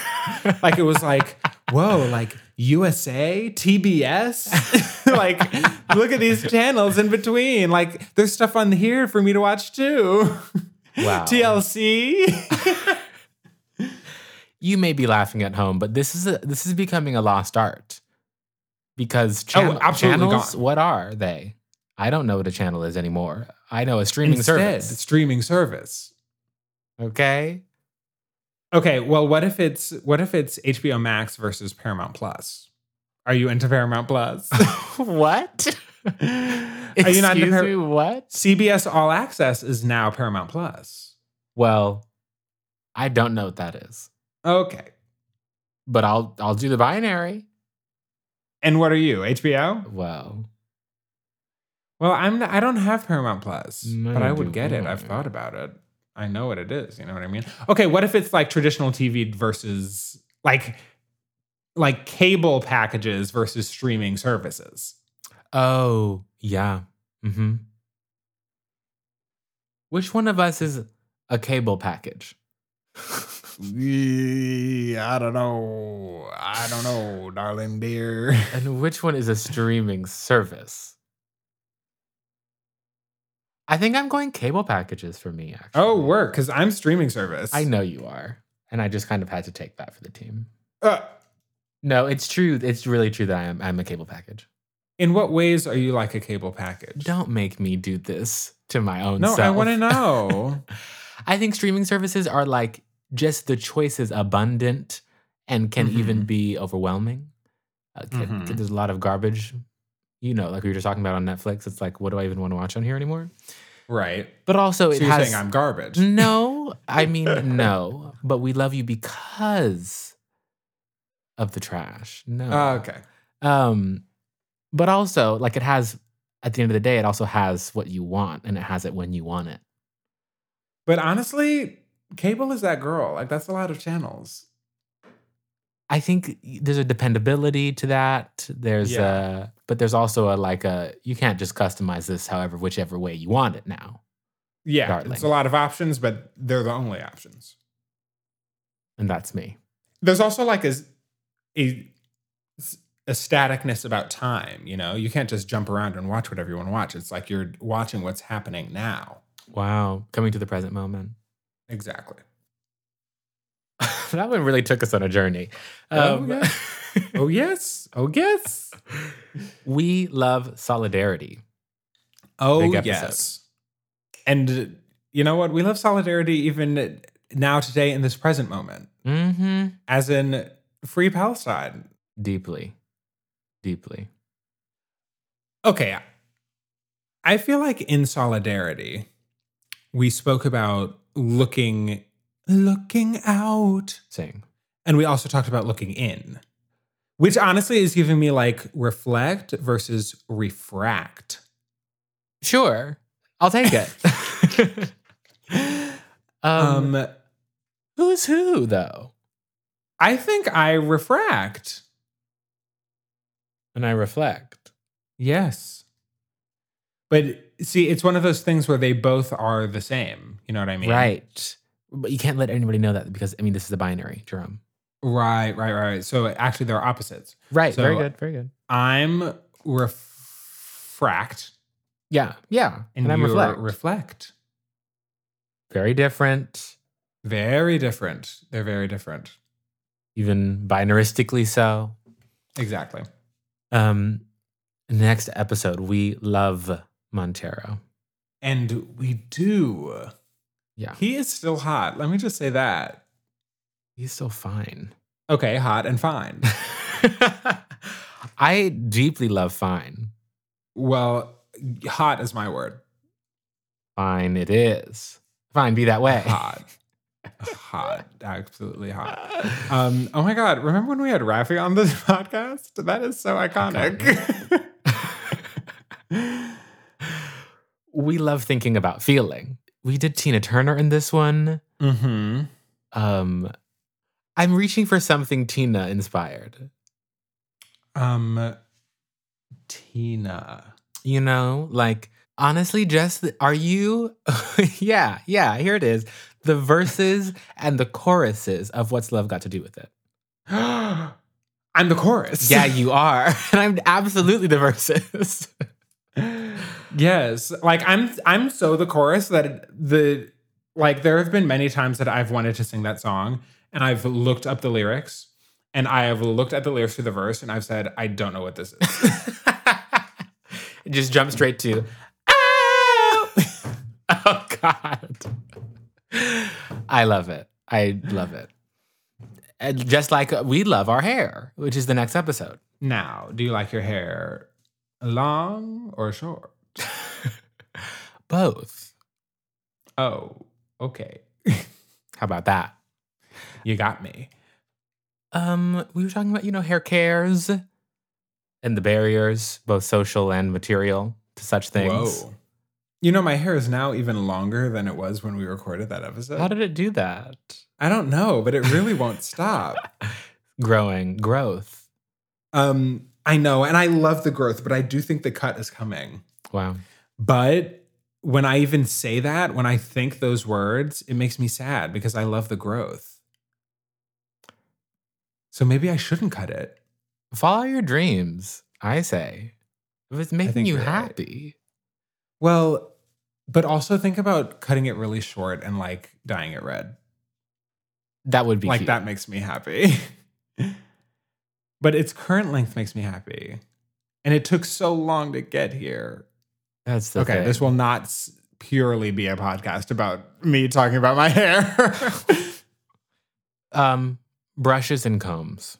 like it was like whoa like USA TBS, like look at these channels in between, like there's stuff on here for me to watch too. wow. TLC. you may be laughing at home, but this is a, this is becoming a lost art because chan- Oh, absolutely channels. gone. What are they? I don't know what a channel is anymore. I know a streaming Instead, service. Streaming service. Okay, Okay, well, what if it's what if it's HBO Max versus Paramount Plus? Are you into Paramount Plus? what? Are Excuse you not into Par- me, what? CBS All Access is now Paramount Plus. Well, I don't know what that is, Okay. but I'll I'll do the binary. And what are you? HBO? Well, Well, I'm I don't have Paramount Plus, No, but I you would do get it. I've not. thought about it. I know what it is, you know what I mean? Okay, what if it's like traditional TV versus like like cable packages versus streaming services? oh yeah. Mm-hmm. Which one of us is a cable package? Yeah, I don't know. I don't know, darling dear. And which one is a streaming service? I think I'm going cable packages for me, actually. Oh, work, because I'm streaming service. I know you are. And I just kind of had to take that for the team. Uh, No, it's true. It's really true that I am I'm a cable package. in what ways are you like a cable package? Don't make me do this to my own no, I self. want to know. I think streaming services are like just the choices abundant and can even Mhm. be overwhelming. Uh, can- Mhm. can- There's a lot of garbage, you know, like we were just talking about on Netflix. It's like, what do I even want to watch on here anymore? right. But also, So it you're has. Mm-hmm. saying I'm garbage. No, I mean no. But we love you because of the trash. No. Uh, okay. Um, but also, like it has at the end of the day, it also has what you want, and it has it when you want it. But honestly, cable is that girl. Like, that's a lot of channels. I think there's a dependability to that. There's Yeah. a, but there's also a like a you can't just customize this however whichever way you want it now. Yeah, Darling. it's a lot of options, but they're the only options. And that's me. There's also like a a, a staticness about time. You know, you can't just jump around and watch whatever you want to watch. It's like you're watching what's happening now. Wow. Coming to the present moment. Exactly. that one really took us on a journey. Oh, Um, yeah. Oh yes. Oh yes. we love solidarity. Oh Big episode. yes. And uh, you know what? We love solidarity even now today in this present moment. Mm-hmm. As in free Palestine. Deeply. Deeply. Okay. I feel like in solidarity, we spoke about looking looking out. Saying. And we also talked about looking in. Which honestly is giving me like reflect versus refract. Sure. I'll take it. um, um who's who though? I think I refract. And I reflect. Yes. But see, it's one of those things where they both are the same. You know what I mean? Right. But you can't let anybody know that because I mean this is a binary, Jerome. Right, right, right. So actually, they're opposites. Right. So- very good. Very good. I'm refract, Yeah. Yeah. and, And, I'm you're reflect. reflect. very different. Very different. They're very different. Even binaristically so. Exactly. Um, next episode, we love Montero. And we do. Yeah. He is still hot. Let me just say that. He's so fine. Okay, hot and fine. I deeply love fine. well, hot is my word. Fine, it is. Fine, be that way. Hot. hot. Absolutely hot. Um, oh my God. Remember when we had Rafi on this podcast? That is so iconic. we love thinking about feeling. We did Tina Turner in this one. mm-hmm. Um, I'm reaching for something Tina inspired. Um, Tina. You know, like honestly, just the, are you? yeah, yeah. Here it is: the verses and the choruses of "What's Love Got to Do with It." I'm the chorus. Yeah, you are, and I'm absolutely the verses. yes. Like I'm. I'm so the chorus that the like there have been many times that I've wanted to sing that song, and I've looked up the lyrics, and I have looked at the lyrics to the verse, and I've said, I don't know what this is. Just jump straight to. "Ow!" oh God, I love it. I love it. And just like uh, we love our hair, which is the next episode. Now, do you like your hair long or short? Both. Oh, okay. How about that? You got me. Um, we were talking about, you know, hair cares and the barriers, both social and material, to such things. Whoa. You know, my hair is now even longer than it was when we recorded that episode. How did it do that? I don't know, but it really won't stop. Growing, growth. Um, I know, and I love the growth, but I do think the cut is coming. Wow. But when I even say that, when I think those words, it makes me sad because I love the growth. So maybe I shouldn't cut it. Follow your dreams, I say. If it's making think you you're right. happy. Well, but also think about cutting it really short and like dyeing it red. That would be like cute. that makes me happy. but its current length makes me happy. And it took so long to get here. That's the okay, thing. this will not s- purely be a podcast about me talking about my hair. um, brushes and combs.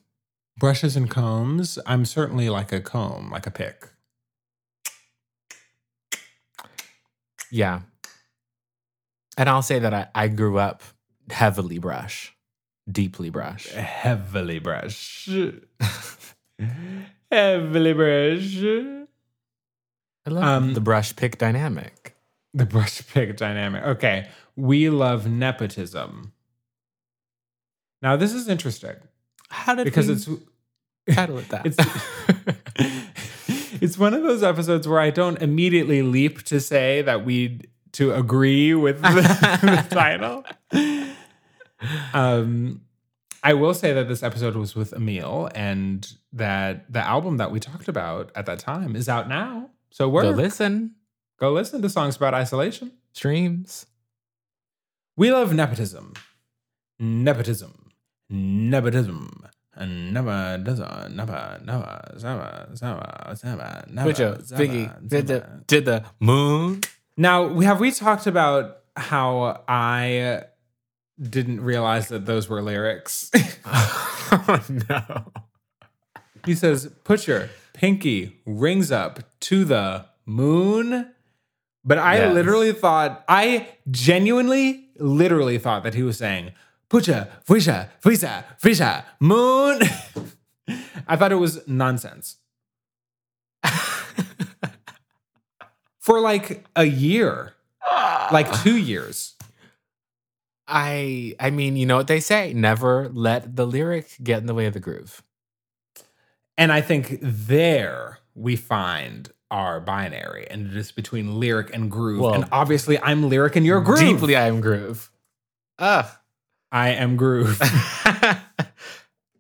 Brushes and combs. I'm certainly like a comb, like a pick. Yeah. And I'll say that I, I grew up heavily brush, deeply brush. Eh, Heavily brush. Heavily brush. I love Um, the brush pick dynamic. The brush pick dynamic. Okay. We love nepotism. Now, this is interesting How did because we it's title it that? it's it's one of those episodes where I don't immediately leap to say that we to agree with the, the title. Um, I will say that this episode was with Emil, and that the album that we talked about at that time is out now. So Go we're listen. go listen to songs about isolation. Streams. We love nepotism. Nepotism. Nepotism. Nepotism. Nepa, nepa, zaba, zaba, zaba, nepa, Wicho, zaba, Biggie did the zaba. did the moon. Now, we- have we talked about how I didn't realize that those were lyrics? oh no. he says, "Put your pinky rings up to the moon." But I Yes. literally thought, I genuinely, literally thought that he was saying, "Put your visa, visa, visa, moon." I thought it was nonsense. For like a year, Ah. like two years. I I mean, you know what they say. Never let the lyric get in the way of the groove. And I think there we find our binary, and it is between lyric and groove. Well- and obviously, I'm lyric and you're groove. Deeply I am groove. Ugh. I am groove.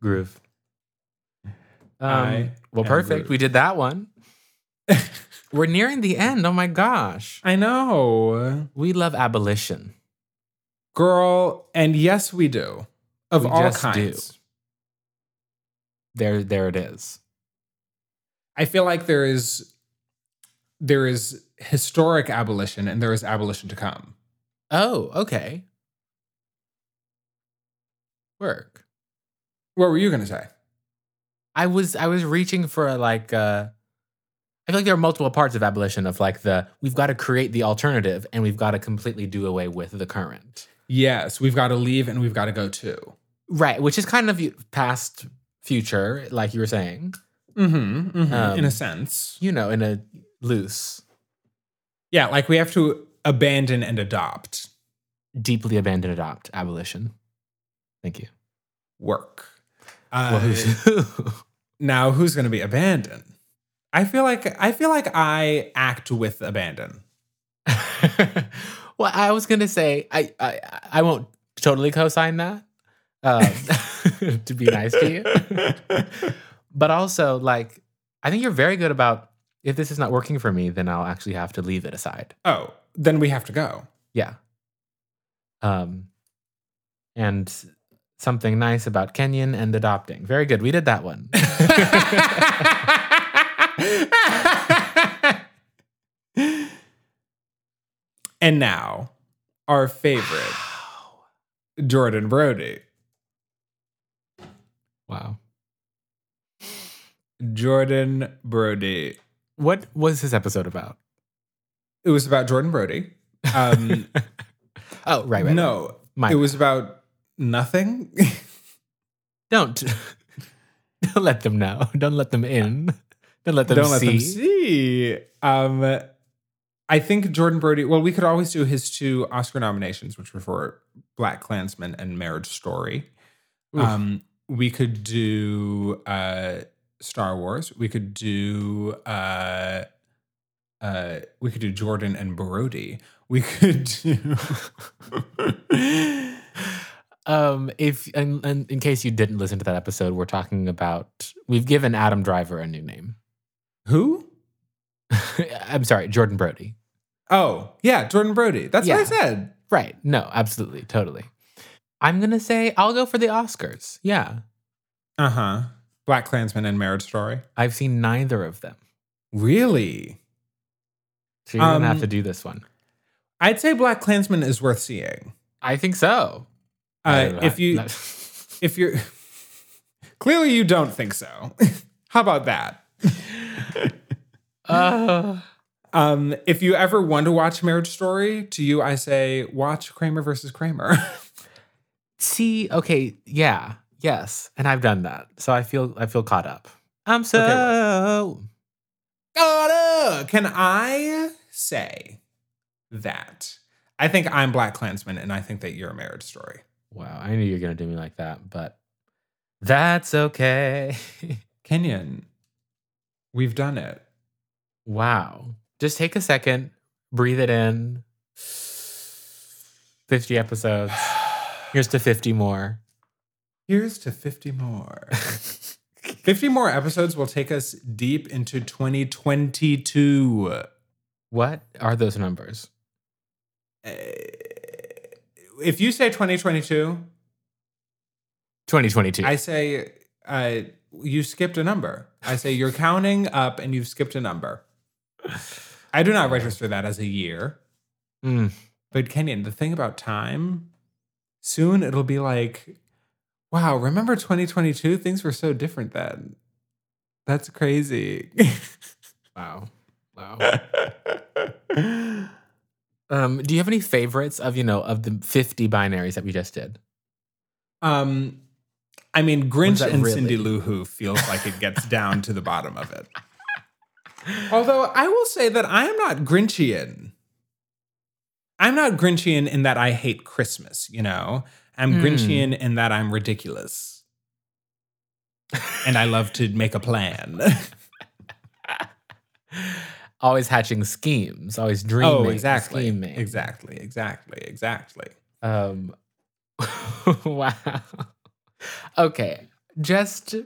groove. Um, I well, am perfect. Groove. We did that one. We're nearing the end. Oh my gosh. I know, We love abolition. girl. And yes, we do. Of We all just kinds. do. There, there it is. I feel like there is there is historic abolition, and there is abolition to come. Oh, okay. Work. What were you going to say? I was I was reaching for a, like uh I feel like there are multiple parts of abolition of like the we've got to create the alternative and we've got to completely do away with the current. Yes, we've got to leave, and we've got to go too. Right, which is kind of you- past future like you were saying, Mm-hmm, mm-hmm, in Um, a sense, you know, in a loose, yeah. Like we have to abandon and adopt. deeply abandoned adopt abolition. Thank you. work. Uh, Well, who's- now who's going to be abandoned? I feel like I feel like I act with abandon. well, I was gonna say I I, I won't totally co-sign that um, to be nice to you, but also like I think you're very good about if this is not working for me, then I'll actually have to leave it aside. Oh, then we have to go. Yeah. Um, and something nice about Kenyan and adopting. Very good. We did that one. and now, our favorite Jordan Brody. wow. Jordan Brody. What was his episode about? It was about Jordan Brody. Um, Oh, right, right. right. no, My it was about nothing. Don't. Don't let them know. Don't let them in. Don't let them Don't see. let them see. Um, I think Jordan Brody. Well, we could always do his two Oscar nominations, which were for Black Klansman and Marriage Story. Oof. Um, we could do uh, Star Wars. We could do. Uh, uh, we could do Jordan and Brody. We could do. Um, if and, and in case you didn't listen to that episode, we're talking about we've given Adam Driver a new name. Who? I'm sorry, Jordan Brody. Oh, yeah, Jordan Brody. That's what I Yeah. said. Right. No, absolutely, totally. I'm gonna say I'll go for the Oscars. Yeah. Uh huh. Uh-huh. Black Klansman and Marriage Story. I've seen neither of them. Really? So you're gonna Um, have to do this one. I'd say Black Klansman is worth seeing. I think so. Uh, I- if you, I- if you're, clearly you don't think so. How about that? uh, Um, if you ever want to watch Marriage Story, to you I say watch Kramer versus Kramer. see, okay, yeah, yes, and I've done that, so I feel I feel caught up. I'm so. Oh, no. Can I say that? I think I'm Black Klansman, and I think that you're a Marriage Story. Wow, I knew you were gonna do me like that, but that's okay. Kenyon, we've done it. wow. Just take a second, breathe it in. 50 episodes. Here's to 50 more. Here's to 50 more. 50 more episodes will take us deep into 2022. What are those numbers? Uh, If you say 2022, 2022. I say uh, you skipped a number. I say you're counting up and you've skipped a number. I do not register that as a year. Mm. But Kenyon, the thing about time, soon it'll be like, wow, remember 2022? Things were so different then. That's crazy. Wow. Wow. um, do you have any favorites of, you know, of the 50 binaries that we just did? um, I mean, Grinch that and really? Cindy Lou Who feels like it gets down to the bottom of it. Although I will say that I am not Grinchian. I'm not Grinchian in that I hate Christmas, you know? I'm Hmm. Grinchian in that I'm ridiculous. and I love to make a plan. Always hatching schemes, always dreaming. oh, exactly. Scheming. Exactly, exactly, exactly. Um, wow. Okay. Just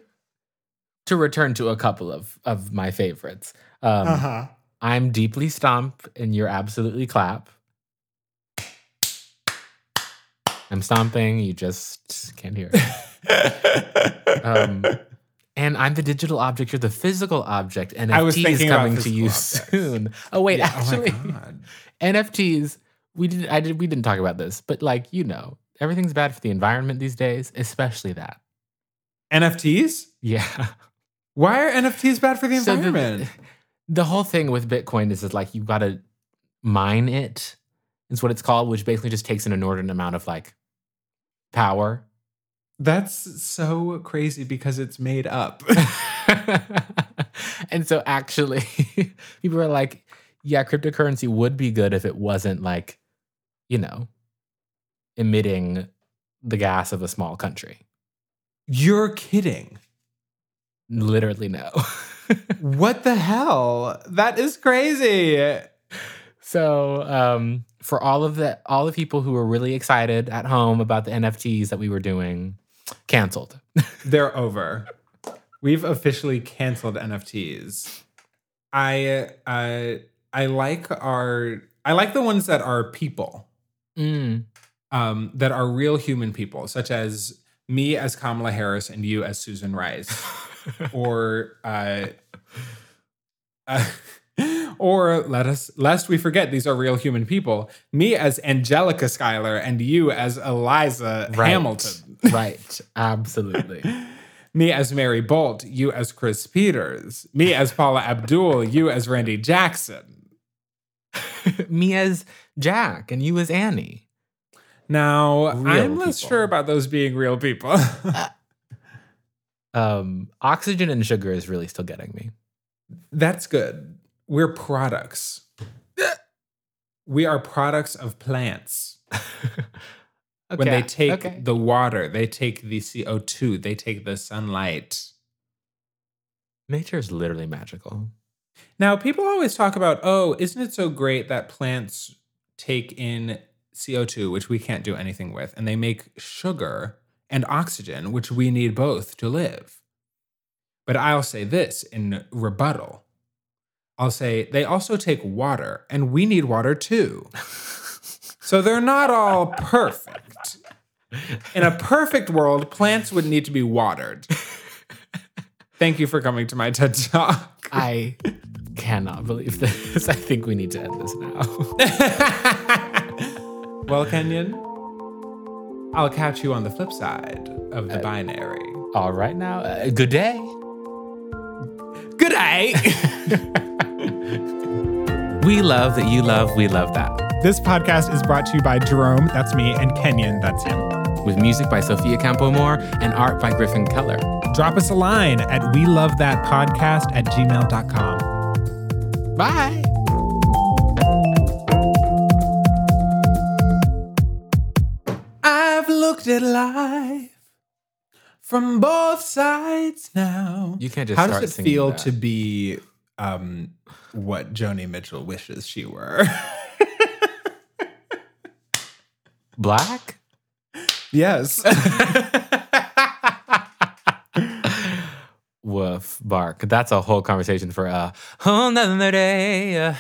to return to a couple of, of my favorites. Um, huh. I'm deeply stomp and you're absolutely clap. I'm stomping, you just can't hear. oh Um, and I'm the digital object, you're the physical object. NFT was is thinking about coming to physical you objects. soon. Oh wait, Yeah, actually, Oh my God. NFTs. We didn't. I did. We didn't talk about this, but like you know, everything's bad for the environment these days, especially that. NFTs? Yeah. Why are NFTs bad for the So the- environment? the whole thing with Bitcoin is, is like you gotta mine it, is what it's called, which basically just takes an inordinate amount of like power. That's so crazy because it's made up. and so actually people are like, yeah, cryptocurrency would be good if it wasn't like, you know, emitting the gas of a small country. You're kidding. Literally no. What the hell? That is crazy. So, um, for all of the all the people who were really excited at home about the NFTs that we were doing, canceled. They're over. We've officially canceled NFTs. I uh, I like our I like the ones that are people. Mm. um, that are real human people, such as me as Kamala Harris and you as Susan Rice, or uh, uh, or let us lest we forget these are real human people. Me as Angelica Schuyler and you as Eliza Right. Hamilton. right. Absolutely. Me as Mary Bolt, you as Chris Peters. Me as Paula Abdul, you as Randy Jackson. Me as Jack and you as Annie. Now, Real I'm less people. sure about those being real people. Um, oxygen and sugar is really still getting me. That's good. We're products. We are products of plants. Okay. When they take okay. the water, they take the CO2, they take the sunlight. nature is literally magical. Now, people always talk about, oh, isn't it so great that plants take in CO2, which we can't do anything with, and they make sugar and oxygen, which we need both to live. But I'll say this in rebuttal I'll say they also take water, and we need water too. so they're not all perfect. In a perfect world, plants would need to be watered. Thank you for coming to my TED Talk. I cannot believe this. I think we need to end this now. well, Kenyon, I'll catch you on the flip side of the binary. all right now. Uh, good day. Good day. We love that you love, we love that. this podcast is brought to you by Jerome, that's me, and Kenyon, that's him. With music by Sophia Campo Moore and art by Griffin Keller. Drop us a line at we love that podcast at gmail.com. Bye. I've looked at life from both sides now. You can't just How start does it singing feel that. to be um, what Joni Mitchell wishes she were? Black? yes. bark. That's a whole conversation for a whole nother day. Uh,